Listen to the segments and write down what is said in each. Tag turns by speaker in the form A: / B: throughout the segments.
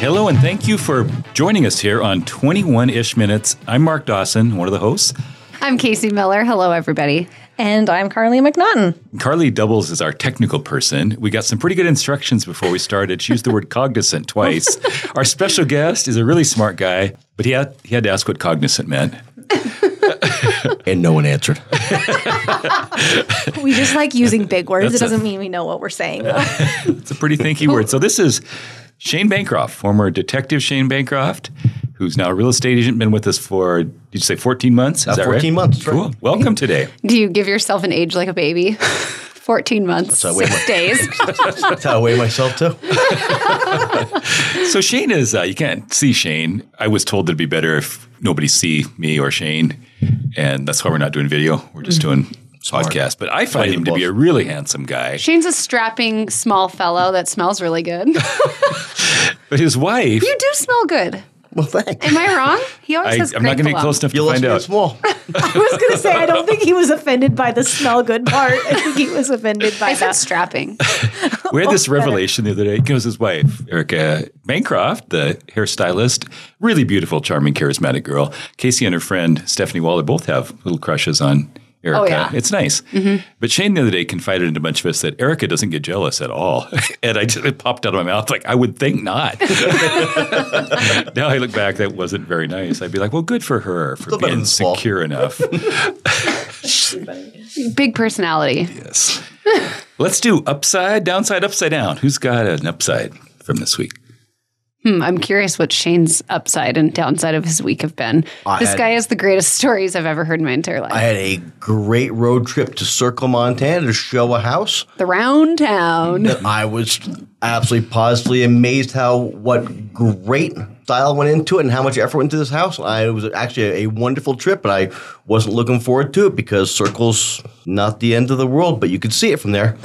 A: Hello, and thank you for joining us here on 21 ish minutes. I'm Mark Dawson, one of the hosts.
B: I'm Casey Miller. Hello, everybody.
C: And I'm Carly McNaughton.
A: Carly doubles as our technical person. We got some pretty good instructions before we started. She used the word cognizant twice. Our special guest is a really smart guy, but he had, he had to ask what cognizant meant.
D: And no one answered.
C: We just like using big words. It doesn't mean we know what we're saying.
A: It's a pretty thinky word. So this is Shane Bancroft, former detective Shane Bancroft, who's now a real estate agent, been with us for, did you say 14 months? Is
D: Uh,
A: that
D: 14
A: right?
D: months, right.
A: Cool. Welcome today.
B: Do you give yourself an age like a baby? 14 months,
D: how we-
B: six days.
D: That's how I weigh myself too.
A: So Shane is uh, you can't see Shane. I was told it'd be better if nobody see me or Shane, and that's why we're not doing video. We're just doing podcast. But I find
D: Play the
A: him to be
D: bluff.
A: a really handsome guy.
B: Shane's a strapping, small fellow that smells really good. You
A: But his wife,
B: do smell good.
D: Well, thanks.
B: Am I wrong? He always
A: I,
B: has
A: I'm not going to
B: great
A: be close enough
D: You
A: to
D: lost
A: find
D: me
A: out.
D: small.
C: I was going to say, I don't think he was offended by the smell good part. I think he was offended by
B: I said
C: that.
B: strapping.
A: We had this revelation the other day. It was his wife, Erica Bancroft, the hairstylist, really beautiful, charming, charismatic girl. Casey and her friend Stephanie Waller both have little crushes on Erica.
B: yeah.
A: It's nice. But Shane the other day confided in a bunch of us that Erica doesn't get jealous at all. and I just, it popped out of my mouth like, I would think not. now I look back, that wasn't very nice. I'd be like, well, good for her for
D: better
A: being
D: than small.
A: secure enough.
B: Big personality.
A: yes. Let's do upside, downside, upside down. Who's got an upside from this week?
B: Hmm, I'm curious what Shane's upside and downside of his week have been.
D: I
B: this
D: had-
B: guy has the greatest stories I've ever heard in my entire life.
D: I had a great road trip to Circle, Montana to show a house.
B: the round town.
D: that I was absolutely positively amazed how what great style went into it and how much effort went into this house. I it was actually a, wonderful trip, but I wasn't looking forward to it because circles not the end of the world, but you could see it from there.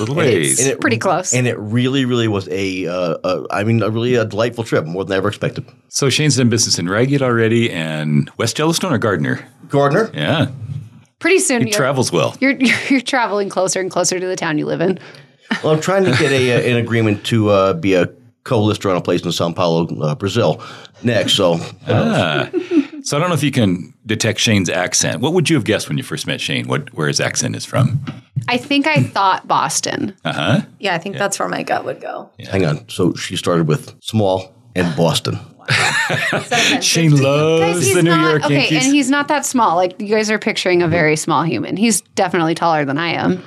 A: Little ways.
D: And it-
B: Pretty close.
D: And it really, really was a, uh, uh, I mean, a really a delightful trip, more than I ever expected.
A: So Shane's done business in Ragged already and West Yellowstone or Gardner.
D: Gardner,
A: Yeah.
B: Pretty soon
A: He
B: you're,
A: travels well.
B: you're, you're you're traveling closer and closer to the town you live in.
D: Well, I'm trying to get a, uh, an agreement to uh, be a co-lister on a place in Sao Paulo, uh, Brazil, next. So uh,
A: Ah. So I don't know if you can detect Shane's accent. What would you have guessed when you first met Shane? What where his accent is from?
B: I think I thought Boston.
A: Oh,
C: Yeah, I think that's where my gut would go.
D: hang on. So she started with small and Boston.
A: Shane loves the New
B: not
A: York
B: okay,
A: Yankees. Mm-hmm.
B: and he's not that small. Like you guys are picturing a very small human. He's definitely taller than I am.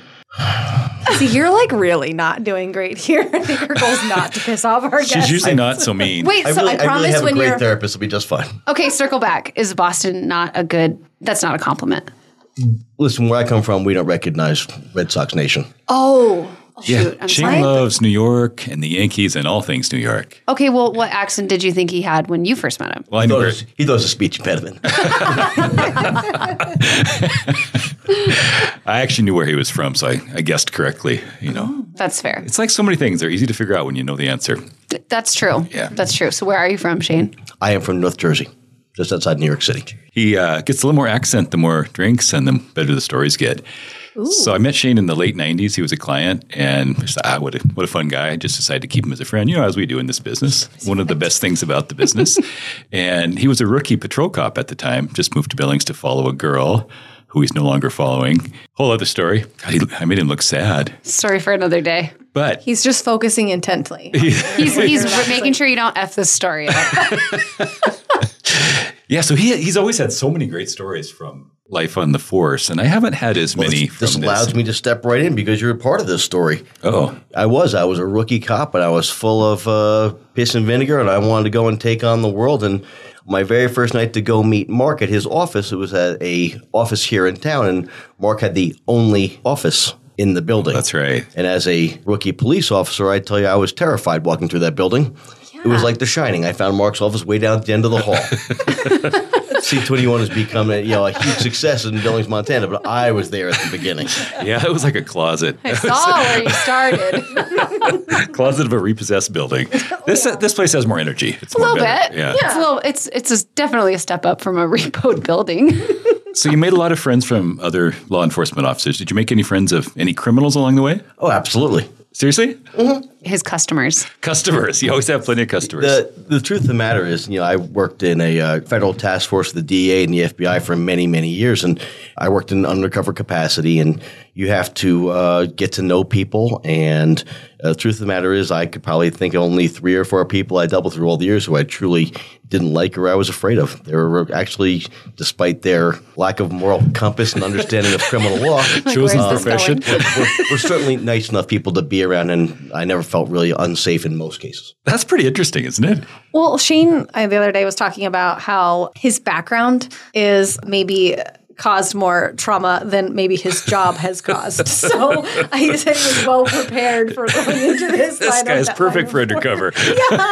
C: See, you're like really not doing great here. I think your goal's not to piss off our
A: She's
C: guests.
A: usually not so mean.
B: Wait,
D: I
B: so I
D: really, I really
B: promise
D: have a
B: when
D: great
B: you're
D: therapist. It'll be just fine.
B: okay, circle back. Is Boston not a good? That's not a compliment.
D: Listen, where I come from, we don't recognize Red Sox Nation.
B: Oh,
A: yeah.
B: shoot, I'm
A: Shane
B: sorry. Oh.
A: loves New York and the Yankees and all things New York.
B: Okay, well, what accent did you think he had when you first met him?
A: Well, I
D: He
A: know
D: throws, he throws a speech impediment.
A: where- I actually knew where he was from, so I, I guessed correctly. You know,
B: That's fair.
A: it's like so many things; they're easy to figure out when you know the answer.
B: Th- That's true.
A: Yeah.
B: that's true. So where are you from, Shane?
D: I am from North Jersey, just outside New York City.
A: he uh, gets a little more accent the more drinks and the better the stories get. So I met Shane in the late '90s. He was a client, and I just thought, ah, what a what a fun guy! I just decided to keep him as a friend. You know, as we do in this business, one of the best things about the business. and he was a rookie patrol cop at the time. Just moved to Billings to follow a girl who he's no longer following. Whole other story. God, he, I made him look sad,
B: Story for another day.
A: but
C: He's just focusing intently.
B: He's, he's re- making sure you don't f this story up.
A: yeah. So he he's always had so many great stories from life on the force, and I haven't had as many
D: This,
A: from
D: this allows me to step right in because you're a part of this story.
A: Oh,
D: I was. I was a rookie cop, and I was full of uh, piss and vinegar, and I wanted to go and take on the world. And my very first night to go meet Mark at his office, it was at a office here in town, and Mark had the only office in the building.
A: that's right.
D: And as a rookie police officer, I tell you, I was terrified walking through that building. It was like The Shining. I found Mark's office way down at the end of the hall. C21 has become a, you know, a huge success in Billings, Montana, but I was there at the beginning.
A: Yeah, it was like a closet.
B: Saw where you started.
A: closet of a repossessed building. This uh, this place has more energy. It's
B: Oh, A
A: more
B: little
A: better.
B: bit.
A: Yeah.
B: It's a little. It's it's a, definitely a step up from a repoed building.
A: So you made a lot of friends from other law enforcement officers. Did you make any friends of any criminals along the way?
D: Oh, absolutely.
A: Seriously?
B: his customers.
A: Customers. You always have plenty of customers.
D: The, the truth of the matter is, you know, I worked in a uh, federal task force, the DA and the FBI, for many, many years, and I worked in undercover capacity. And you have to uh, get to know people. And uh, the truth of the matter is, I could probably think of only three or four people I dealt with through all the years who I truly didn't like or I was afraid of. They were actually, despite their lack of moral compass and understanding of criminal law,
A: Chosen
B: where's this
A: profession.
D: we're, we're- we're certainly nice enough people to be around. And I never felt really unsafe in most cases.
A: That's pretty interesting, isn't it?
C: Well, Shane uh, the other day was talking about how his background is maybe caused more trauma than maybe his job has caused. So I said he was well prepared for going into this.
A: This
C: line
A: guy
C: of-
A: is
C: that line
A: perfect
C: of
A: for
C: work.
A: undercover.
C: yeah,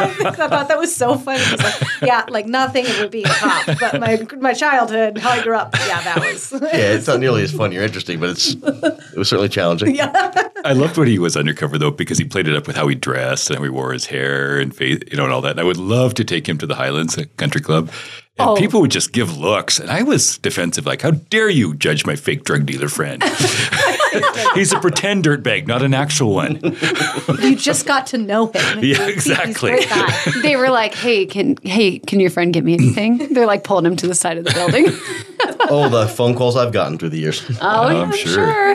C: I think- I thought that was so funny. He's like, yeah, like nothing would be a cop, but my my childhood, how I grew up, yeah, that was.
D: Yeah, it's not nearly as funny or interesting, but it's it was certainly challenging.
A: I loved when he was undercover though, because he played it up with how he dressed and how he wore his hair and face, you know, and all that. And I would love to take him to the Highlands Country Club. And people would just give looks. And I was defensive, like, how dare you judge my fake drug dealer friend? He's a pretend dirtbag, not an actual one.
C: you just got to know him.
A: Yeah,
C: He's a
A: exactly.
C: great guy.
B: They were like, "Hey, can hey, can your friend get me anything?" They're like pulling him to the side of the building.
D: Oh, the phone calls I've gotten through the years.
B: oh, yeah,
A: I'm Um, sure.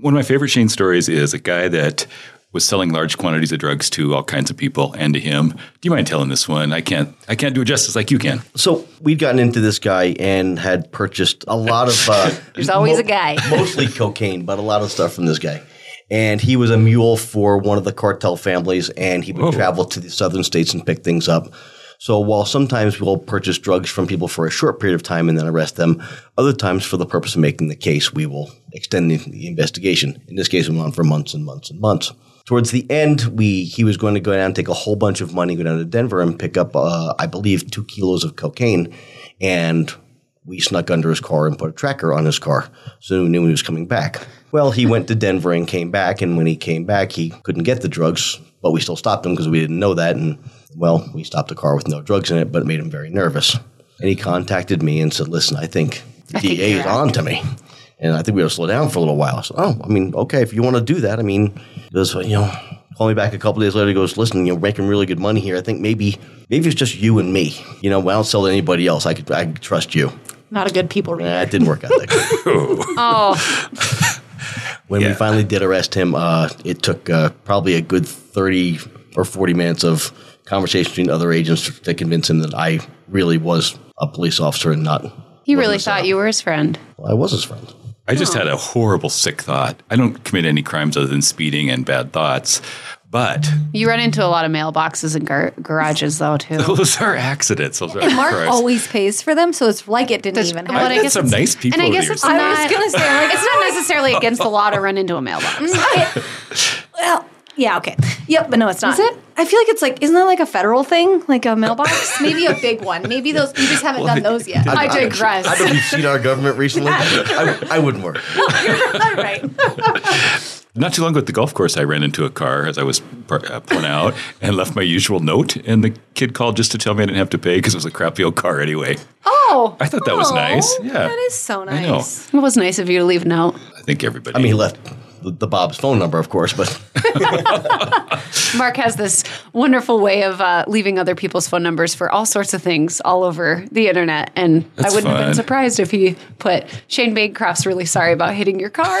A: One of my favorite Shane stories is a guy that was selling large quantities of drugs to all kinds of people and to him. Do you mind telling this one? I can't I can't do it justice like you can.
D: So we'd gotten into this guy and had purchased a lot of. Uh,
B: There's always a guy.
D: mostly cocaine, but a lot of stuff from this guy. And he was a mule for one of the cartel families, and he would travel to the southern states and pick things up. So while sometimes we'll purchase drugs from people for a short period of time and then arrest them, other times for the purpose of making the case, we will extend the, the investigation. In this case, it went on for months and months and months. Towards the end, we he was going to go down and take a whole bunch of money, go down to Denver and pick up, uh, I believe, two kilos of cocaine, and we snuck under his car and put a tracker on his car so we knew he was coming back. Well, he went to Denver and came back, and when he came back, he couldn't get the drugs, but we still stopped him because we didn't know that. And well, we stopped a car with no drugs in it, but it made him very nervous. And he contacted me and said, Listen, I think the
B: think
D: DA
B: you're
D: is
B: out."
D: on to me. And I think we were slow down for a little while. I said, Oh, I mean, okay, if you want to do that, I mean, this, you know, call me back a couple days later. He goes, Listen, you're making really good money here. I think maybe maybe it's just you and me. You know, I don't sell to anybody else. I could I could trust you.
C: Not a good people reader.
D: Nah, it didn't work out that good.
B: Oh,
D: When
A: Yeah.
D: we finally did arrest him, uh, it took uh, probably a good 30 or 40 minutes of conversation between other agents to convince him that I really was a police officer and not.
B: he
D: wasn't
B: really
D: a
B: thought
D: cop.
B: you were his friend.
D: I was his friend.
A: I just had a horrible sick thought. I don't commit any crimes other than speeding and bad thoughts, but
B: You run into a lot of mailboxes and gar- garages though too.
A: those are accidents. Those are
C: Mark
A: crimes.
C: always pays for them, so it's like it didn't even
B: Well, and
C: happen.
A: I- met some nice
B: it's-
A: people
B: And I
A: over
B: guess
A: the
B: it's
A: years.
B: not, it's not necessarily against the law to run into a mailbox.
C: well, yeah, okay. Yep, but no, it's not.
B: Is it?
C: I feel like it's like, isn't that like a federal thing? Like a mailbox? Maybe a big one. Maybe those, you just haven't done those yet.
B: I digress.
D: I don't know if you've seen our government recently. I, I wouldn't work.
C: All right.
A: Not too long ago at the golf course, I ran into a car as I was par- uh, pulling out and left my usual note. And the kid called just to tell me I didn't have to pay because it was a crappy old car anyway.
B: Oh,
A: I thought that was
C: Aw,
A: nice. Yeah.
C: That is so nice.
A: I know.
B: it was nice of you to leave a note.
A: I think everybody.
D: I mean, he left the, the Bob's phone number, of course, but
B: Mark has this wonderful way of uh, leaving other people's phone numbers for all sorts of things all over the internet. And
A: That's
B: I wouldn't have
A: fun.
B: been surprised if he put Shane Bancroft's really sorry about hitting your car.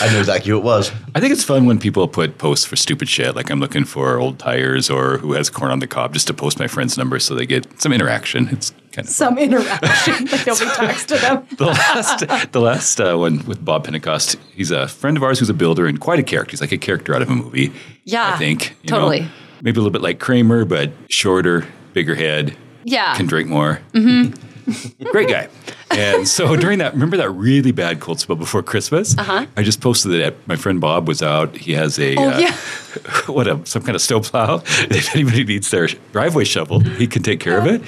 D: I knew exactly who it was.
A: I think it's fun when people put posts for stupid shit. Like I'm looking for old tires or who has corn on the cob just to post my friend's number so they get some interaction. It's kind of
C: Some interaction. like nobody talks to them.
A: the last the last uh, one with Bob Pentecost. He's a friend of ours who's a builder and quite a character. He's like a character out of a movie.
B: Yeah,
A: I think you know.
B: totally.
A: maybe a little bit like Kramer, but shorter, bigger head.
B: Yeah.
A: can drink more. Mm-hmm. Great guy. And so during that, remember that really bad cold spell before Christmas? Uh-huh. I just posted that my friend Bob was out. He has a uh,
B: Oh, yeah.
A: what a some kind of snowplow. if anybody needs their driveway shoveled, he can take care of it.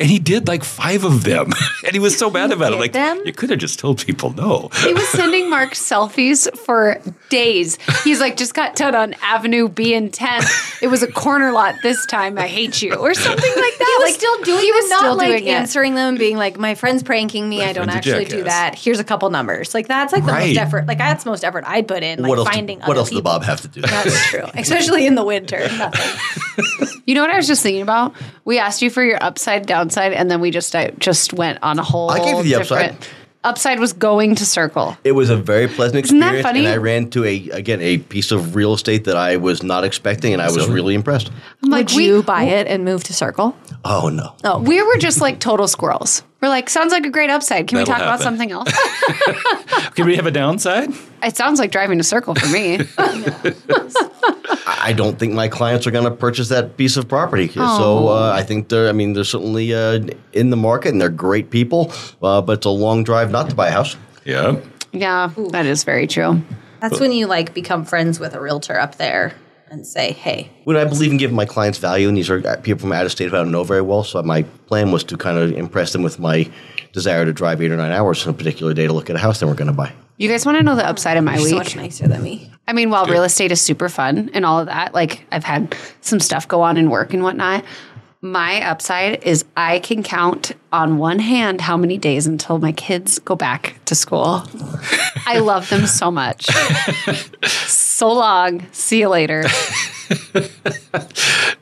A: And he did like five of them, and he was so mad about it.
C: did
A: Like
C: them?
A: you could have just told people no.
B: he was sending Mark selfies for days. He's like, just got done on Avenue B and 10. It was a corner lot this time. I hate you, or something like that.
C: He was
B: like,
C: still doing
B: he was
C: them, not
B: still
C: like
B: doing it.
C: answering them and being like, my friend's pranking me. I don't
A: friend's a
C: actually do
A: jackass."
C: that. Here's a couple numbers. Like that's like the
A: Right.
C: most effort. Like that's the most effort I'd put in. Like
D: what else?
C: finding
D: what
C: other
D: else did
C: people.
D: Bob have to do?
C: That's true.
A: Yeah.
C: especially in the winter. Nothing.
B: You know what I was just thinking about? We asked you for your upside downside, and then we just I just went on a whole.
D: I gave you the
B: different-
D: upside.
B: Upside was going to circle.
D: It was a very pleasant
B: Isn't that
D: experience,
B: funny?
D: and I ran to a again a piece of real estate that I was not expecting, and I was really impressed.
B: I'm like,
C: Would
B: we,
C: you buy it and move to Circle?
D: Oh no!
B: we were just like total squirrels. We're like, sounds like a great upside. Can
A: That'll
B: we talk about
A: happen.
B: something else?
A: Can we have a downside?
B: it sounds like driving to circle for me.
D: I don't think my clients are going to purchase that piece of property.
C: Oh.
D: So uh, I think they're. I mean, they're certainly uh, in the market, and they're great people. Uh, but it's a long drive not to buy a house.
A: Yeah.
B: yeah, that is very true.
C: That's when you like become friends with a realtor up there and say, "Hey,
D: When I believe in giving my clients value, and these are people from out of state who I don't know very well, so my plan was to kind of impress them with my desire to drive eight or nine hours on a particular day to look at a house they were going to buy.
B: You guys want to know the upside of my
C: you're so
B: week?
C: much nicer than me."
B: I mean, while real estate is super fun and all of that, like I've had some stuff go on in work and whatnot. My upside is I can count on one hand how many days until my kids go back to school. I love them so much. so long. See you later.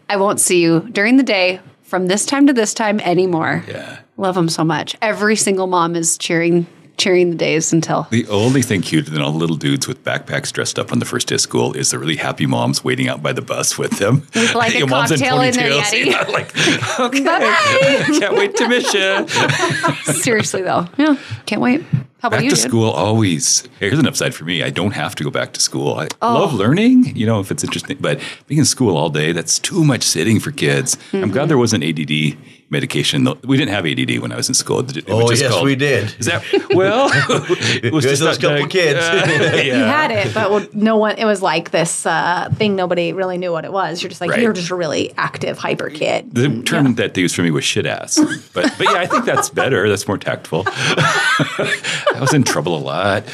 B: I won't see you during the day from this time to this time anymore.
A: Yeah.
B: Love them so much. Every single mom is cheering cheering the days until
A: The only thing cuter than all the little dudes with backpacks dressed up on the first day of school is the really happy moms waiting out by the bus with them. With
B: like, a cocktail in their Yeti.
A: like, okay, can't wait to miss you.
B: Seriously though, yeah, can't wait. How about
A: Back
B: you?
A: to
B: dude?
A: school always. Here's an upside for me. I don't have to go back to school. I love learning, you know, if it's interesting. But being in school all day, that's too much sitting for kids. I'm glad there wasn't ADD medication. though. We didn't have ADD when I was in school. It was
D: Oh,
A: just
D: yes,
A: called-
D: we did.
A: Is that well? it was
D: Here's
A: not
D: those couple
A: diag-
D: kids.
A: Uh, yeah.
C: You had it, but well, no one. It was like this uh, thing nobody really knew what it was. You're just like
A: Right.
C: you're just a really active hyper kid.
A: The term that they used for me was shit ass. But, but yeah, I think that's better. That's more tactful. I was in trouble a lot.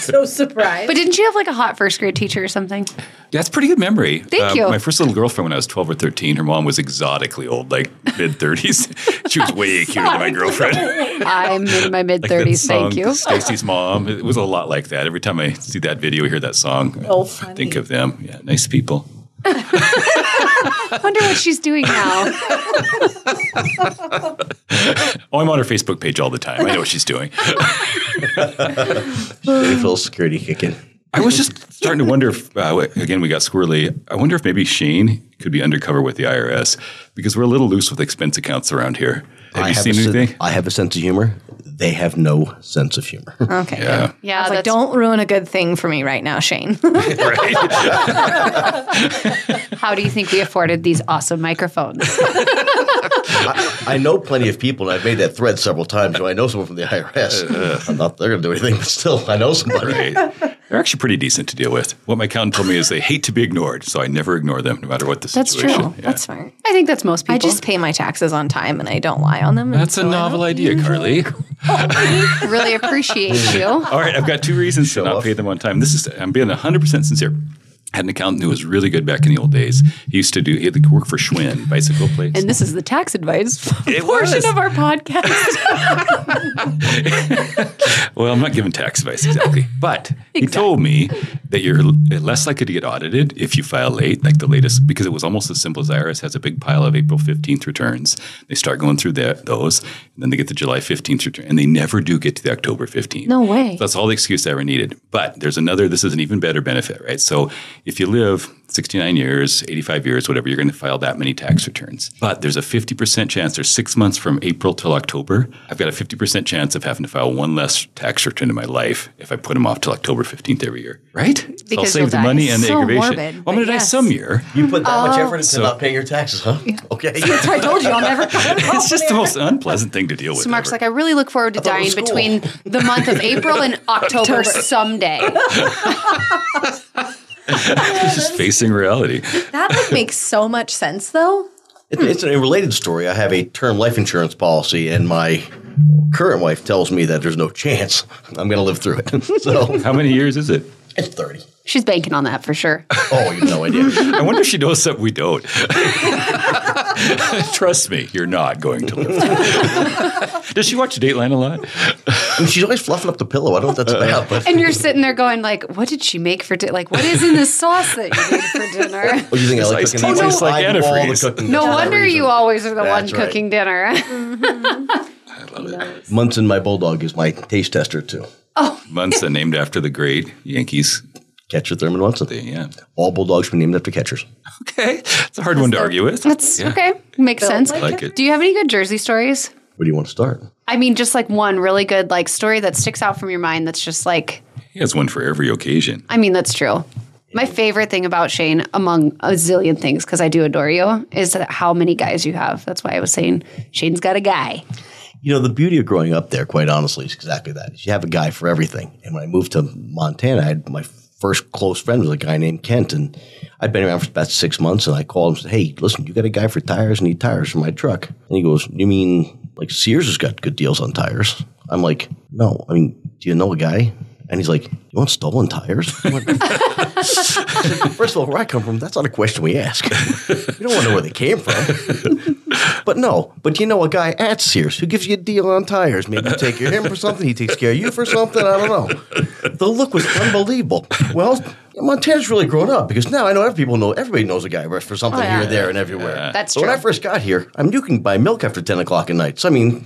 C: so surprised.
B: But didn't you have like a hot first grade teacher or something?
A: That's pretty good memory. Uh,
B: Thank you.
A: My first little girlfriend when I was 12 or 13, her mom was exotically old, like mid 30s. she was way cuter than my girlfriend.
B: I'm in my mid
A: Like that
B: thirties.
A: song,
B: Thank you.
A: Stacy's mom. It was a lot like that. Every time I see that video, hear that song,
C: Oh,
A: I think
C: funny.
A: of them. Yeah, nice people.
B: I wonder what she's doing now.
A: Oh, I'm on her Facebook page all the time. I know what she's doing.
D: Social security kicking.
A: I was just starting to wonder if, uh, again, we got squirrely. I wonder if maybe Shane could be undercover with the IRS because we're a little loose with expense accounts around here. Have you
D: have
A: seen
D: a sen-
A: anything?
D: I have a sense of humor. They have no sense of humor.
C: okay.
A: yeah.
B: Yeah,
C: I was like,
B: that's-
C: don't ruin a good thing for me right now, Shane.
A: Right.
B: How do you think we afforded these awesome microphones?
D: I know plenty of people, and I've made that thread several times. So I know someone from the IRS. I'm not they're going to do anything, but still, I know somebody.
A: right. They're actually pretty decent to deal with. What my accountant told me is they hate to be ignored, so I never ignore them no matter what the
C: That's true.
A: situation. Yeah.
C: That's smart.
B: I think that's most people.
C: I just pay my taxes on time and I don't lie on them. and
A: That's a
C: so I
A: novel
C: don't-
A: idea, Carly.
B: really appreciate you.
A: All right, I've got two reasons to not
D: off.
A: pay them on time. This is I'm being 100 percent sincere. I had an accountant who was really good back in the old days. He used to do he had to work for Schwinn bicycle place.
B: And this is the tax advice
A: It
B: portion
A: was.
B: of our podcast.
A: Well, I'm not giving tax advice exactly, but he told me that you're less likely to get audited if you file late, like the latest, because it was almost as simple as IRS has a big pile of April 15th returns. They start going through that, those, and then they get the July 15th return, and they never do get to the October 15th.
C: No way.
A: That's all the excuse I ever needed. But there's another, this is an even better benefit, right? So if you live 69 years, 85 years, whatever, you're going to file that many tax returns. But there's a 50% chance, there's six months from April till October. I've got a 50% chance of having to file one less tax return in my life if I put them off till October 15th every year, right? So I'll
B: Because
A: save
B: you'll
A: the
B: die.
A: money and the
C: So
A: aggravation.
C: morbid,
A: well, I'm going
C: but
A: to die
C: yes.
A: some year.
D: You put that much effort into not paying your taxes, huh? Okay.
C: I told you I'll never.
A: It's just the most unpleasant thing to deal with.
B: So Mark's
A: ever.
B: like, I really look forward to
D: thought it
B: dying
D: was school.
B: between the month of April and October someday.
A: it's just facing reality.
C: That like makes so much sense though.
D: It- it's a related story. I have a term life insurance policy, and my current wife tells me that there's no chance I'm going to live through it. so
A: How many years is it?
D: it's 30.
B: She's banking on that for sure.
D: Oh, you have no idea.
A: I wonder if she knows something we don't. Trust me, you're not going to live. through it. Does she watch Dateline a lot?
D: I mean, she's always fluffing up the pillow. I don't know what that's
A: Uh-huh.
D: about, but
B: And you're sitting there going like, what did she make for dinner? Like, what is in this sauce that you made for dinner?
D: what do you think? I like
A: It's
D: cooking?
A: iced tea, it's like
D: I love
A: antifreeze.
D: cooking.
B: No
D: for that
B: wonder
D: reason.
B: you always are the
D: That's
B: one
D: right.
B: cooking dinner.
D: Munson, my bulldog, is my taste tester too.
A: Munson, named after the great Yankees.
D: Catcher Thurman Munson.
A: Yeah.
D: All bulldogs were named after catchers.
A: Okay. It's a hard one to argue with.
B: That's
A: Yeah.
B: okay. Makes sense.
A: I like it.
B: Do you have any good Jersey stories?
D: Where do you want to start?
B: I mean, just like one really good like story that sticks out from your mind. That's just like,
A: He has one for every occasion.
B: I mean, that's true. My favorite thing about Shane, among a zillion things, because I do adore you, is that how many guys you have. That's why I was saying Shane's got a guy.
D: You know, the beauty of growing up there, quite honestly, is exactly that. Is you have a guy for everything. And when I moved to Montana, I had my first close friend was a guy named Kent, and I'd been around for about six months. And I called him and said, "Hey, listen, you got a guy for tires? I need tires for my truck." And he goes, "You mean like Sears has got good deals on tires?" I'm like, "No, I mean, do you know a guy?" And he's like, "You want stolen tires?" I'm like, First of all, where I come from, that's not a question we ask. We don't want to know where they came from. But no, but you know a guy at Sears who gives you a deal on tires. Maybe you take care of him for something, he takes care of you for something. I don't know. The look was unbelievable. Well, Montana's really grown up because now I know every people know everybody knows a guy for something
B: Oh, yeah.
D: here, there, and everywhere.
B: That's
D: so when
B: true.
D: I first got here, I mean, you can buy milk after ten o'clock at night. So I mean,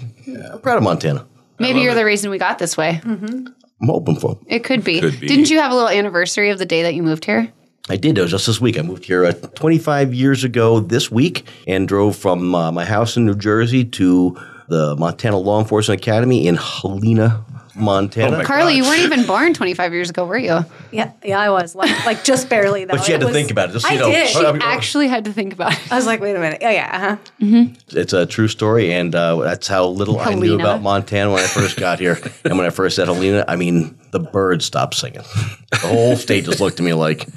D: I'm proud of Montana.
B: Maybe
A: love
B: you're
A: it.
B: the reason we got this way.
A: Hmm.
D: I'm hoping for. 'em.
B: It could be.
A: Could be.
B: Didn't you have a little anniversary of the day that you moved here?
D: I did. It was just this week. I moved here uh, 25 years ago this week and drove from uh, my house in New Jersey to the Montana Law Enforcement Academy in Helena, Montana.
A: my- Oh,
B: Carly,
A: God.
B: you weren't even born 25 years ago, were you?
C: Yeah, yeah, I was like, like just barely though.
D: But she had to
C: It was-
D: think about it. Just, so
C: I
D: you know, uh,
C: did.
D: I mean,
B: Actually, had to think about it.
C: I was like, wait a minute. Oh yeah, uh-huh.
D: it's a true story, and uh, that's how little I knew
B: Helena.
D: about Montana when I first got here. and when I first said Helena, I mean the birds stopped singing. The whole state just looked at me like,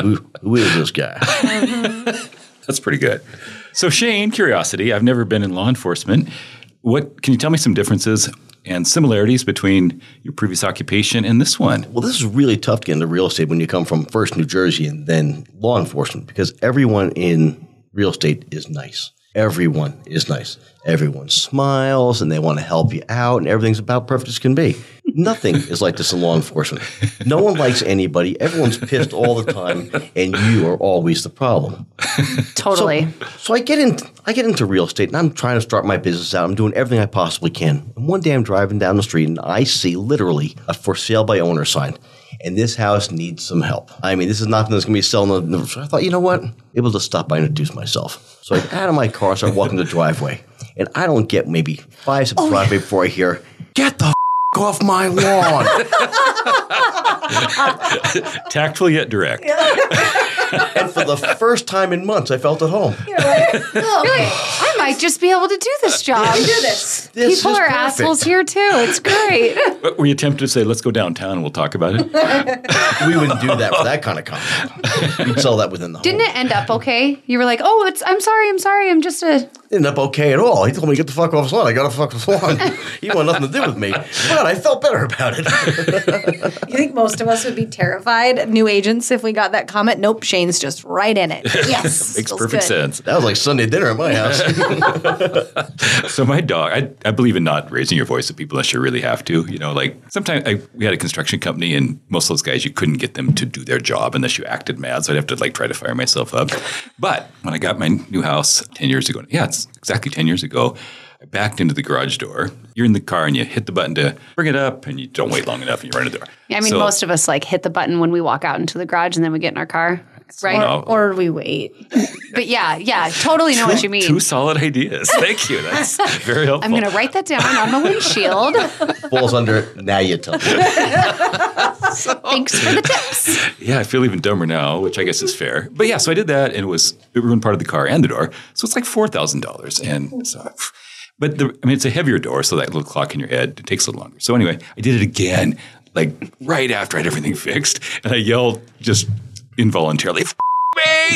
D: "Who, who is this guy?"
A: That's pretty good. So, Shane, curiosity. I've never been in law enforcement. What can you tell me some differences and similarities between your previous occupation and this one?
D: Well, this is really tough to get into real estate when you come from first New Jersey and then law enforcement because everyone in real estate is nice. Everyone is nice. Everyone smiles and they want to help you out, and everything's about perfect as can be. Nothing is like this in law enforcement. No one likes anybody. Everyone's pissed all the time, and you are always the problem.
B: Totally.
D: So I get in, I get into real estate, and I'm trying to start my business out. I'm doing everything I possibly can. And one day I'm driving down the street, and I see literally a for sale by owner sign. And this house needs some help. I mean, this is nothing that's going to be selling. on the- so I thought, you know what? Able to stop by and introduce myself. So I get out of my car, start walking the driveway, and I don't get maybe
B: Oh,
D: five steps driveway before I hear, "Get the." f- Off my lawn.
A: Tactful yet direct.
D: and for the first time in months, I felt at home.
B: You're like, I might just be able to do this job.
C: this.
D: This
B: People
D: is
B: are
D: perfect.
B: assholes here too. It's great.
A: But Were you tempted to say, let's go downtown and we'll talk about it?
D: We wouldn't do that for that kind of company. We'd sell that within the
B: Didn't
D: home.
B: it end up okay? You were like, oh, it's. I'm sorry. I'm sorry. I'm just a.
D: ended up okay at all. He told me to get the fuck off his lawn. I got off the fuck his lawn. he wanted nothing to do with me. But I felt better about it.
C: You think most of us would be terrified, new agents, if we got that comment? Nope, Shane's just right in it. Yes,
A: Makes
C: feels
A: perfect
C: good.
A: sense.
D: that was like Sunday dinner at my house.
A: So my dog, I, I believe in not raising your voice at people unless you really have to. You know, like sometimes I, we had a construction company, and most of those guys you couldn't get them to do their job unless you acted mad. So I'd have to like try to fire myself up. But when I got my new house ten years ago, yeah, it's exactly ten years ago. I backed into the garage door. You're in the car and you hit the button to bring it up, and you don't wait long enough and you run to the door.
B: I mean,
A: So-
B: most of us like hit the button when we walk out into the garage and then we get in our car, right?
A: No.
C: Or we wait.
B: But yeah, yeah, totally know what you mean.
A: Two solid ideas. Thank you. That's very helpful.
B: I'm gonna write that down on the windshield.
A: Oh.
D: Falls under now you tell me.
B: Thanks for the tips.
A: Yeah, I feel even dumber now, which I guess is fair. But yeah, so I did that, and it was it ruined part of the car and the door, so it's like four thousand dollars. And so, but the, I mean, it's a heavier door, so that little clock in your head it takes a little longer. So anyway, I did it again, like right after I had everything fixed, and I yelled just involuntarily. "F- Me.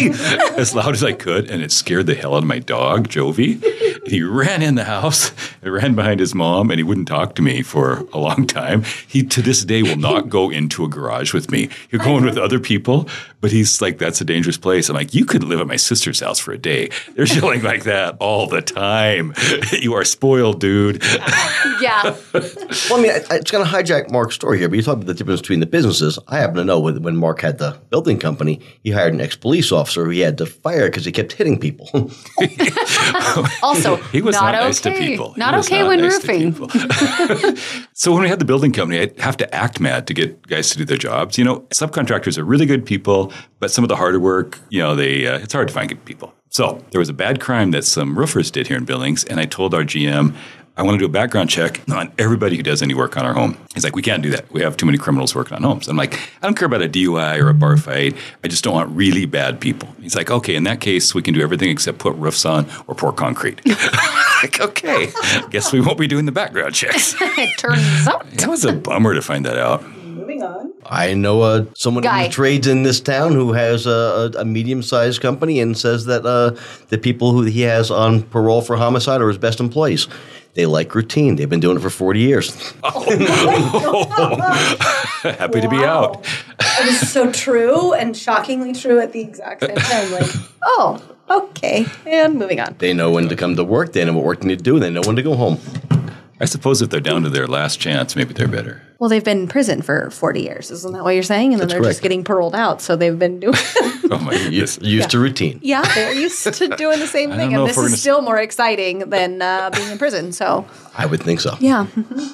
A: Joey, as loud as I could. And it scared the hell out of my dog, Jovi. And he ran in the house, and ran behind his mom, and he wouldn't talk to me for a long time. He, to this day, will not go into a garage with me. He'll go in with other people, but he's like, that's a dangerous place. I'm like, you could live at my sister's house for a day. They're chilling like that all the time. you are spoiled, dude.
B: Yeah.
D: Well, I mean, I- I- it's going to hijack Mark's story here, but you talk about the difference between the businesses. I happen to know when, when Mark had the building company, he hired an ex police officer who he had to fire because he kept hitting people.
B: Also,
A: He was not,
B: not, okay.
A: nice to people. He
B: Not
A: was
B: okay when
A: nice to
B: roofing.
A: people. so when we had the building company, I'd have to act mad to get guys to do their jobs. You know, subcontractors are really good people, but some of the harder work, you know, they uh, it's hard to find good people. So there was a bad crime that some roofers did here in Billings, and I told our GM. I want to do a background check on everybody who does any work on our home. He's like, we can't do that. We have too many criminals working on homes. I'm like, I don't care about a DUI or a bar fight. I just don't want really bad people. He's like, okay, in that case, we can do everything except put roofs on or pour concrete. like, okay, guess we won't be doing the background checks.
B: It turns out.
A: That was a bummer to find that out.
C: Moving on.
D: I know uh, someone
B: Guy.
D: who trades in this town who has a, a, a medium sized company and says that uh, the people who he has on parole for homicide are his best employees. They like routine. They've been doing it for 40 years.
A: Happy to be out.
C: It is so true and shockingly true at the exact same time. Like, oh, okay. And moving on.
D: They know when to come to work. They know what work they need to do. And they know when to go home.
A: I suppose if they're down to their last chance, maybe they're better.
C: Well, they've been in prison for 40 years. Isn't that what you're saying? And then
D: That's
C: they're just
D: correct.
C: getting paroled out. So they've been doing.
A: Oh my goodness.
D: Used to routine.
C: yeah, they're used to doing the same
A: don't
C: thing.
A: know
C: And
A: if
C: this
A: we're
C: is
A: gonna-
C: still more exciting than uh, being in prison. So,
D: I would think so.
C: yeah.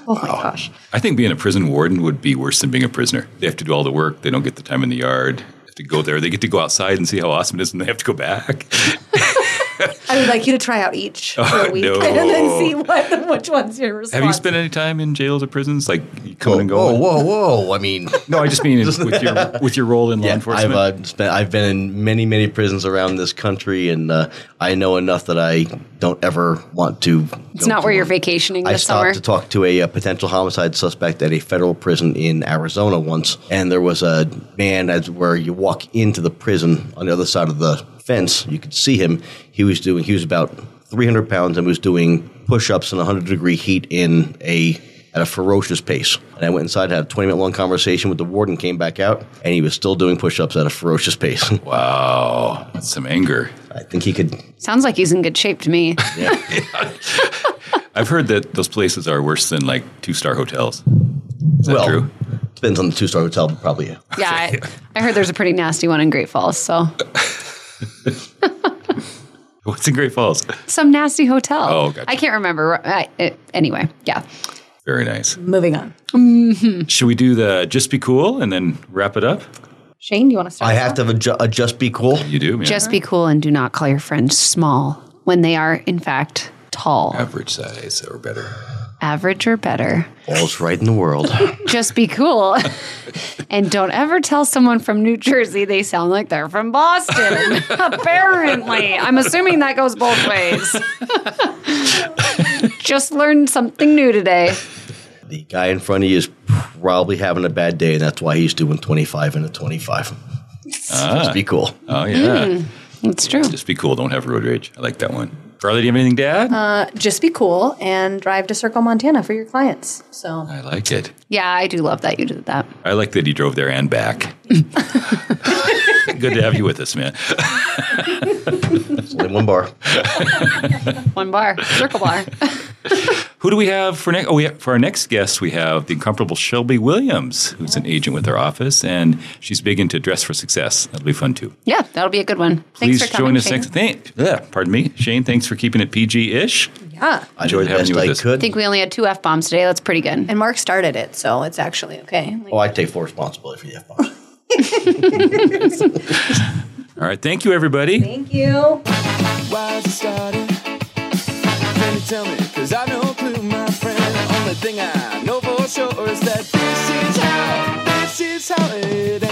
C: oh, my gosh.
A: I think being a prison warden would be worse than being a prisoner. They have to do all the work. They don't get the time in the yard. They have to go there. They get to go outside and see how awesome it is, and they have to go back.
C: I would like you to try out each for a week
A: Oh, no.
C: and then see what, which one's your response.
A: have you spent any time in jails or prisons, like coming
D: Whoa,
A: and going?
D: whoa, whoa, whoa. I mean,
A: No, I just mean with your with your role in law
D: Yeah,
A: enforcement.
D: I've uh, spent. I've been in many, many prisons around this country, and uh, I know enough that I don't ever want to.
B: It's not where you're vacationing
D: I
B: this
D: stopped
B: summer.
D: to talk to a, uh potential homicide suspect at a federal prison in Arizona once, and there was a man as where you walk into the prison on the other side of the fence, you could see him. He was doing. He was about 300 pounds and was doing push-ups in 100 degree heat in a at a ferocious pace. And I went inside, had a 20 minute long conversation with the warden, came back out, and he was still doing push ups at a ferocious pace.
A: wow, that's some anger.
D: I think he could.
B: Sounds like he's in good shape to me.
D: Yeah.
A: I've heard that those places are worse than like two star hotels. Is that
D: well,
A: true?
D: depends on the two star hotel, but probably. yeah.
B: Yeah, I, I heard there's a pretty nasty one in Great Falls. So
A: What's in Great Falls?
B: some nasty hotel.
A: Oh, gotcha.
B: I can't remember. I, it, anyway, yeah.
A: Very nice.
C: Moving on.
A: Should we do the just be cool and then wrap it up?
C: Shane, do you want to start?
D: I have to have a, ju- a just be cool.
A: You do, man.
B: Just be cool and do not call your friends small when they are, in fact, tall,
A: average size or better.
B: average or better.
D: All's right in the world.
B: Just be cool. and don't ever tell someone from New Jersey they sound like they're from Boston. Apparently. I'm assuming that goes both ways. Just learned something new today.
D: the guy in front of you is probably having a bad day, and that's why he's doing 25 and a 25. Just be cool.
A: Oh yeah,
B: It's true.
A: just be cool. Don't have road rage. I like that one. Charlie, do you have anything, Dad? add?
C: Just be cool and drive to Circle Montana for your clients. So
A: I like it.
B: Yeah, I do love that you did that.
A: I like that he drove there and back. Good to have you with us, man.
D: It's only one bar.
B: One bar, circle bar.
A: Who do we have for next? Oh, we have, for our next guest, we have the incomparable Shelby Williams, who's an agent with our office, and she's big into dress for success. That'll be fun too.
B: yeah, that'll be a good one. Thanks
A: Please
B: for coming.
A: join us
B: Shane.
A: next. Thank, yeah, pardon me, Shane. Thanks for keeping it PG-ish.
C: yeah,
D: I did
A: Enjoyed
D: the
A: having
D: best
A: you with
D: I
A: us.
B: I
D: could.
B: think we only had two F bombs today. That's pretty good.
C: and Mark started it, so it's actually okay. Like,
D: Oh, I take full responsibility for the F bombs.
A: All right, thank you, everybody.
C: thank you.
E: Why's it started? Can you tell me? Cause I've no clue, my friend. Only thing I know for sure is that this is how, this is how it